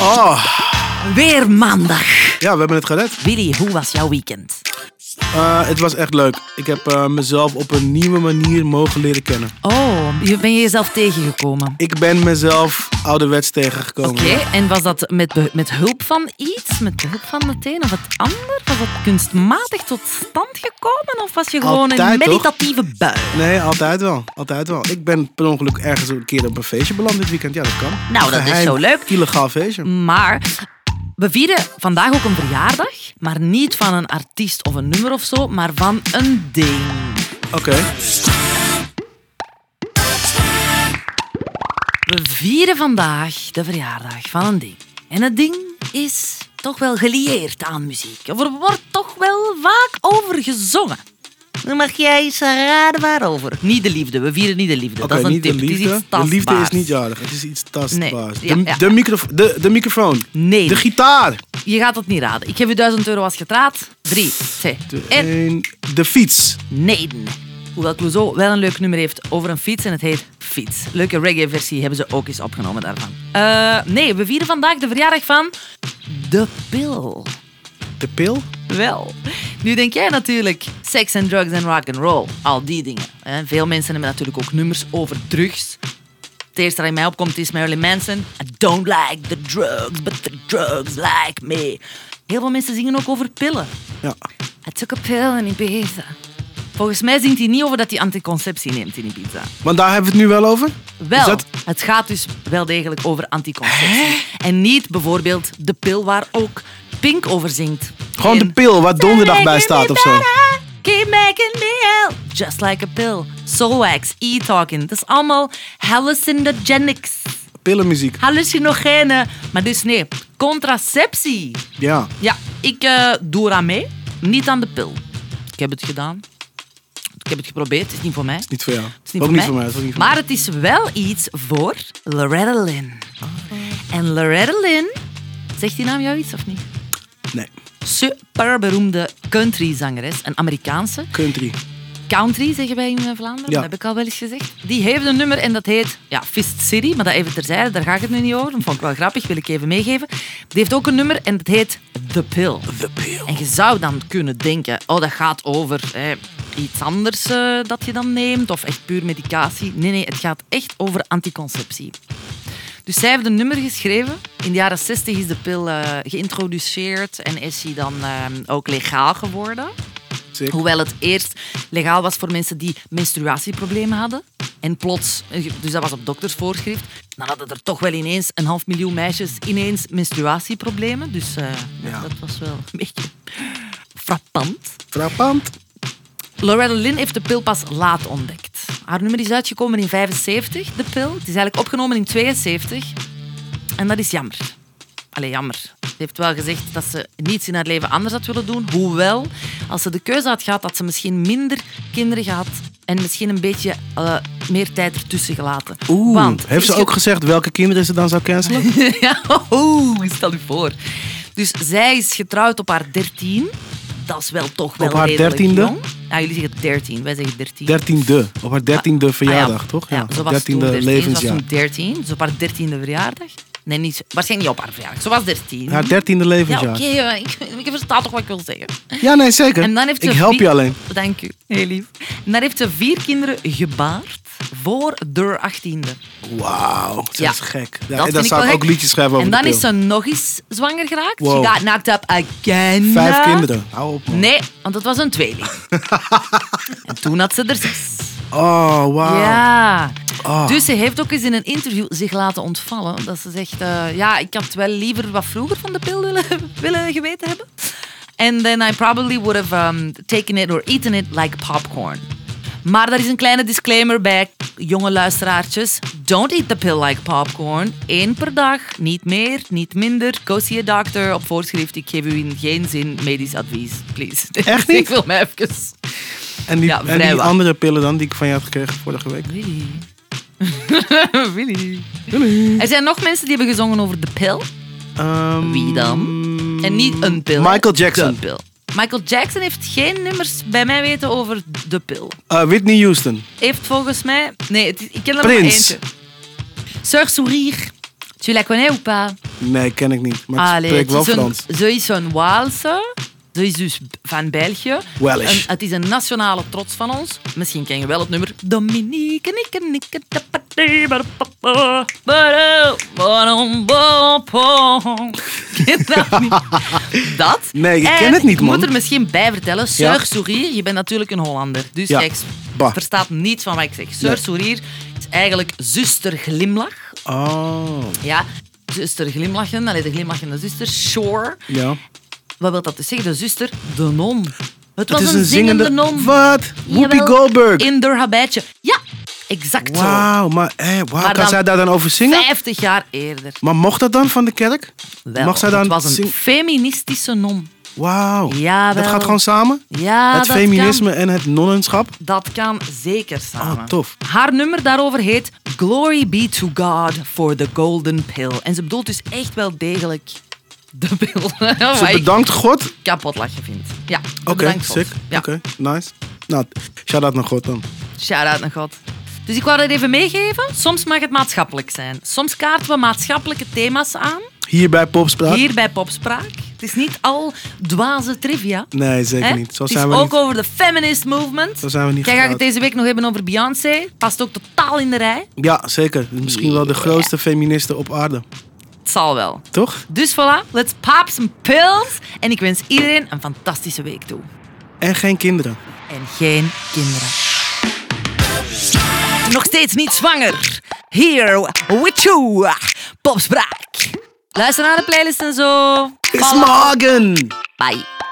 Oh, Weer maandag. ja, we hebben het gered. Willy, hoe was jouw weekend? Eh, het was echt leuk. Ik heb eh, mezelf op een nieuwe manier mogen leren kennen. Oh, je- ben je jezelf tegengekomen? Ik ben mezelf ouderwets tegengekomen. Oké, en was dat met, be- met hulp van iets? Met behulp van het een of het ander? Was dat kunstmatig tot stand gekomen? Of was je gewoon een Altijd, toch? meditatieve bui? Nee, altijd wel. Altijd wel. Ik ben per ongeluk ergens een keer op een feestje beland dit weekend. Ja, dat kan. Nou, dat is Geheim, zo leuk. Mm. Illegaal feestje. Maar we vieren vandaag ook een verjaardag. Maar niet van een artiest of een nummer of zo, maar van een ding. Oké. We vieren vandaag de verjaardag van een ding. En het ding is toch wel gelieerd aan muziek. Of er wordt toch wel vaak over gezongen. Dan mag jij eens raden waarover. Niet de liefde, we vieren niet de liefde. Oké, dat is een niet tip. de Het is liefde. iets de liefde is tastbaars. niet jarig. Het is iets tastbaars. Nee, ja, de, ja. De, microf- de, de microfoon. Nee. De gitaar. Je gaat het niet raden. Ik geef je 1000 euro als je het raadt. 3, 2, De, 1. een- de fiets. Neden. Hoewel Clouseau wel een leuk nummer heeft over een fiets en het heet Fiets. Leuke reggae-versie hebben ze ook eens opgenomen daarvan. Eh, nee, we vieren vandaag de verjaardag van de pil. De pil. Wel. Nu denk jij natuurlijk seks en drugs en rock and roll, al die dingen. hè. Veel mensen hebben natuurlijk ook nummers over drugs. Het eerste dat in mij opkomt is Marilyn Manson. I don't like the drugs, but the drugs like me. Heel veel mensen zingen ook over pillen. Ja. Hij took a pill in Ibiza. Volgens mij zingt hij niet over dat hij anticonceptie neemt in Ibiza. Want daar hebben we het nu wel over. Wel, Is dat- het gaat dus wel degelijk over anticonceptie. En niet bijvoorbeeld de pil waar ook Pink over zingt. Gewoon In- de pil waar donderdag bij staat of zo. Keep making me ill. Just like a pill. Solwax, e-talking. Dat is allemaal hallucinogenics. Pillenmuziek. Hallucinogenen. Maar dus nee, contraceptie. Ja. Ja, ik eh, doe eraan mee. Niet aan de pil. Ik heb het gedaan. Ik heb het geprobeerd. Het is niet voor mij. Het Niet voor jou. is niet ook voor niet mij. voor mij. het is ook niet voor maar het is wel iets voor Loretta Lynn. Ah. En Loretta Lynn... Zegt die naam jou iets of niet? mij. Nee. Superberoemde countryzangeres. Een Amerikaanse. Country. Country, zeggen wij in eh, Vlaanderen. Ja. Dat heb ik al wel eens gezegd. Die heeft een nummer en dat heet ja, Fist City. Maar dat even terzijde, daar ga ik het nu niet over. Dat vond ik wel grappig, wil ik even meegeven. Die heeft ook een nummer en dat heet The Pill. The pil. En je zou dan kunnen denken, oh, dat gaat over eh, iets anders eh, dat je dan neemt, of echt puur medicatie. Nee, nee, het gaat echt over anticonceptie. Dus zij heeft een nummer geschreven. In de jaren 60 is de pil eh, geïntroduceerd en is die dan eh, ook legaal geworden. Zeker. Hoewel het eerst legaal was voor mensen die menstruatieproblemen hadden. En plots, dus dat was op doktersvoorschrift, dan hadden er toch wel ineens een half miljoen meisjes ineens menstruatieproblemen. Dus eh, Ja. dat was wel een beetje frappant. Frappant. Loretta Lynn heeft de pil pas laat ontdekt. Haar nummer is uitgekomen in 75, de pil. Het is eigenlijk opgenomen in 72. En dat is jammer. Allee, jammer. Ze heeft wel gezegd dat ze niets in haar leven anders had willen doen. Hoewel, als ze de keuze had gehad, had ze misschien minder kinderen gehad. En misschien een beetje eh, meer tijd ertussen gelaten. Oeh. Want- Dus heeft ze is ge- ook gezegd welke kinderen ze dan zou cancelen? ja, oeh, stel u voor. Dus zij is getrouwd op haar 13. Dat is wel toch wel Op haar redelijk 13e? jong. Ja, jullie zeggen 13, wij zeggen 13. Dertiende. Op haar dertiende verjaardag, Ah, toch? Ja, op zo was ze toen dertiende 13, Ze levensjaar. was toen 13, dus op haar 13e verjaardag. Nee, niet, zo- waarschijnlijk niet op haar verjaardag. Ze was 13. Haar dertiende ja, oké, levensjaar. Ja, eh, ik, ik versta toch wat ik wil zeggen. nee, zeker. En dan heeft ze Ik help vier- je alleen. Dank u, heel lief. En dan heeft ze vier kinderen gebaard voor de 18e. Wauw, dat Ja. is gek. Ja, Dat en vind dan ik zou wel ik gek. ook liedjes schrijven over En de dan is pil. ze nog eens zwanger geraakt. Wow. She got knocked up again. Vijf kinderen. Hou op, man. Nee, want dat was een tweeling. en toen had ze er zes. Oh, wauw. Ja. Ah. Dus ze heeft ook eens in een interview zich laten ontvallen. Dat ze zegt, eh, ja, ik had wel liever wat vroeger van de pil willen, willen geweten hebben. And then I probably would have um, taken it or eaten it like popcorn. Maar daar is een kleine disclaimer bij, jonge luisteraartjes. Don't eat the pill like popcorn. Eén per dag, niet meer, niet minder. Go see a doctor op voorschrift. Ik geef u in geen zin medisch advies, please. Echt niet? Ik wil mij even... En die, Ja, en vrij die waar. andere pillen dan die ik van jou had gekregen vorige week? Willy. Willy. Er zijn nog mensen die hebben gezongen over de pil. Ehm, Wie dan? En niet een pil. hè. Michael Jackson. De pil. Michael Jackson heeft geen nummers bij mij weten over de pil. eh, Whitney Houston. Heeft volgens mij... Nee, het is- ik ken er maar Prins. eentje. Sœur Sourire. Tu la connais ou pas? Nee, ken ik niet. Maar ik Allee, spreek wel het is Frans. een, ze is een Waalse. Ze is dus van België. Welsh. En het is een nationale trots van ons. Misschien ken je wel het nummer. Dominique, nikke, nikke, tapati, barapapa, baro, barom, bopom. Ken je dat niet? Dat? Nee, ik En ken het niet, Ik man. moet er misschien bij vertellen. Seur Sourier, je bent natuurlijk een Hollander. Dus Ja. jij Bah. verstaat niets van wat ik zeg. Seur Nee. Sourier is eigenlijk zuster glimlach. Oh, Ja, zuster glimlachen, allee, de glimlachende zuster, Shore. ja. Wat wil dat dus zeggen? De zuster, de non. Het was Het is een, zingende, non. Wat? Whoopi Jawel, Goldberg. In haar habitje. Ja, exact zo. Wauw, maar eh, wauw, Maar kan dan- zij daar dan over zingen? 50 jaar eerder. Maar mocht dat dan van de kerk? Wel, Mag zij dan het was een zingen? feministische non. Wauw. Jawel. Dat gaat gewoon samen? Ja, het dat feminisme en het nonnenschap? Kan, dat kan zeker samen. Oh, tof. Haar nummer daarover heet Glory be to God for the golden pill. En ze bedoelt dus echt wel degelijk de pil. Ze Wat ik bedankt God. kapot lachen vind. Ja, ze Oké, bedankt God. sick. Ja. Oké, nice. Nou, shout-out naar God dan. Shout-out naar God. Dus ik wou dat even meegeven. Soms mag het maatschappelijk zijn. Soms kaarten we maatschappelijke thema's aan. Hier bij Popspraak? Hier bij Popspraak. Het is niet al dwaze trivia. Nee, zeker hè? niet. Zo het zijn, is we ook niet. over de feminist movement. Zo zijn we niet Kijk, ga ik het getrouwd. deze week nog hebben over Beyoncé. Past ook totaal in de rij. Ja, zeker. Misschien wel de grootste feministe op aarde. Het zal wel. Toch? Dus voilà, let's pop some pills. En ik wens iedereen een fantastische week toe. En geen kinderen. En geen kinderen. Nog steeds niet zwanger. Here with you. Popspraak. Luister naar de playlist en zo. Is morgen! Bye.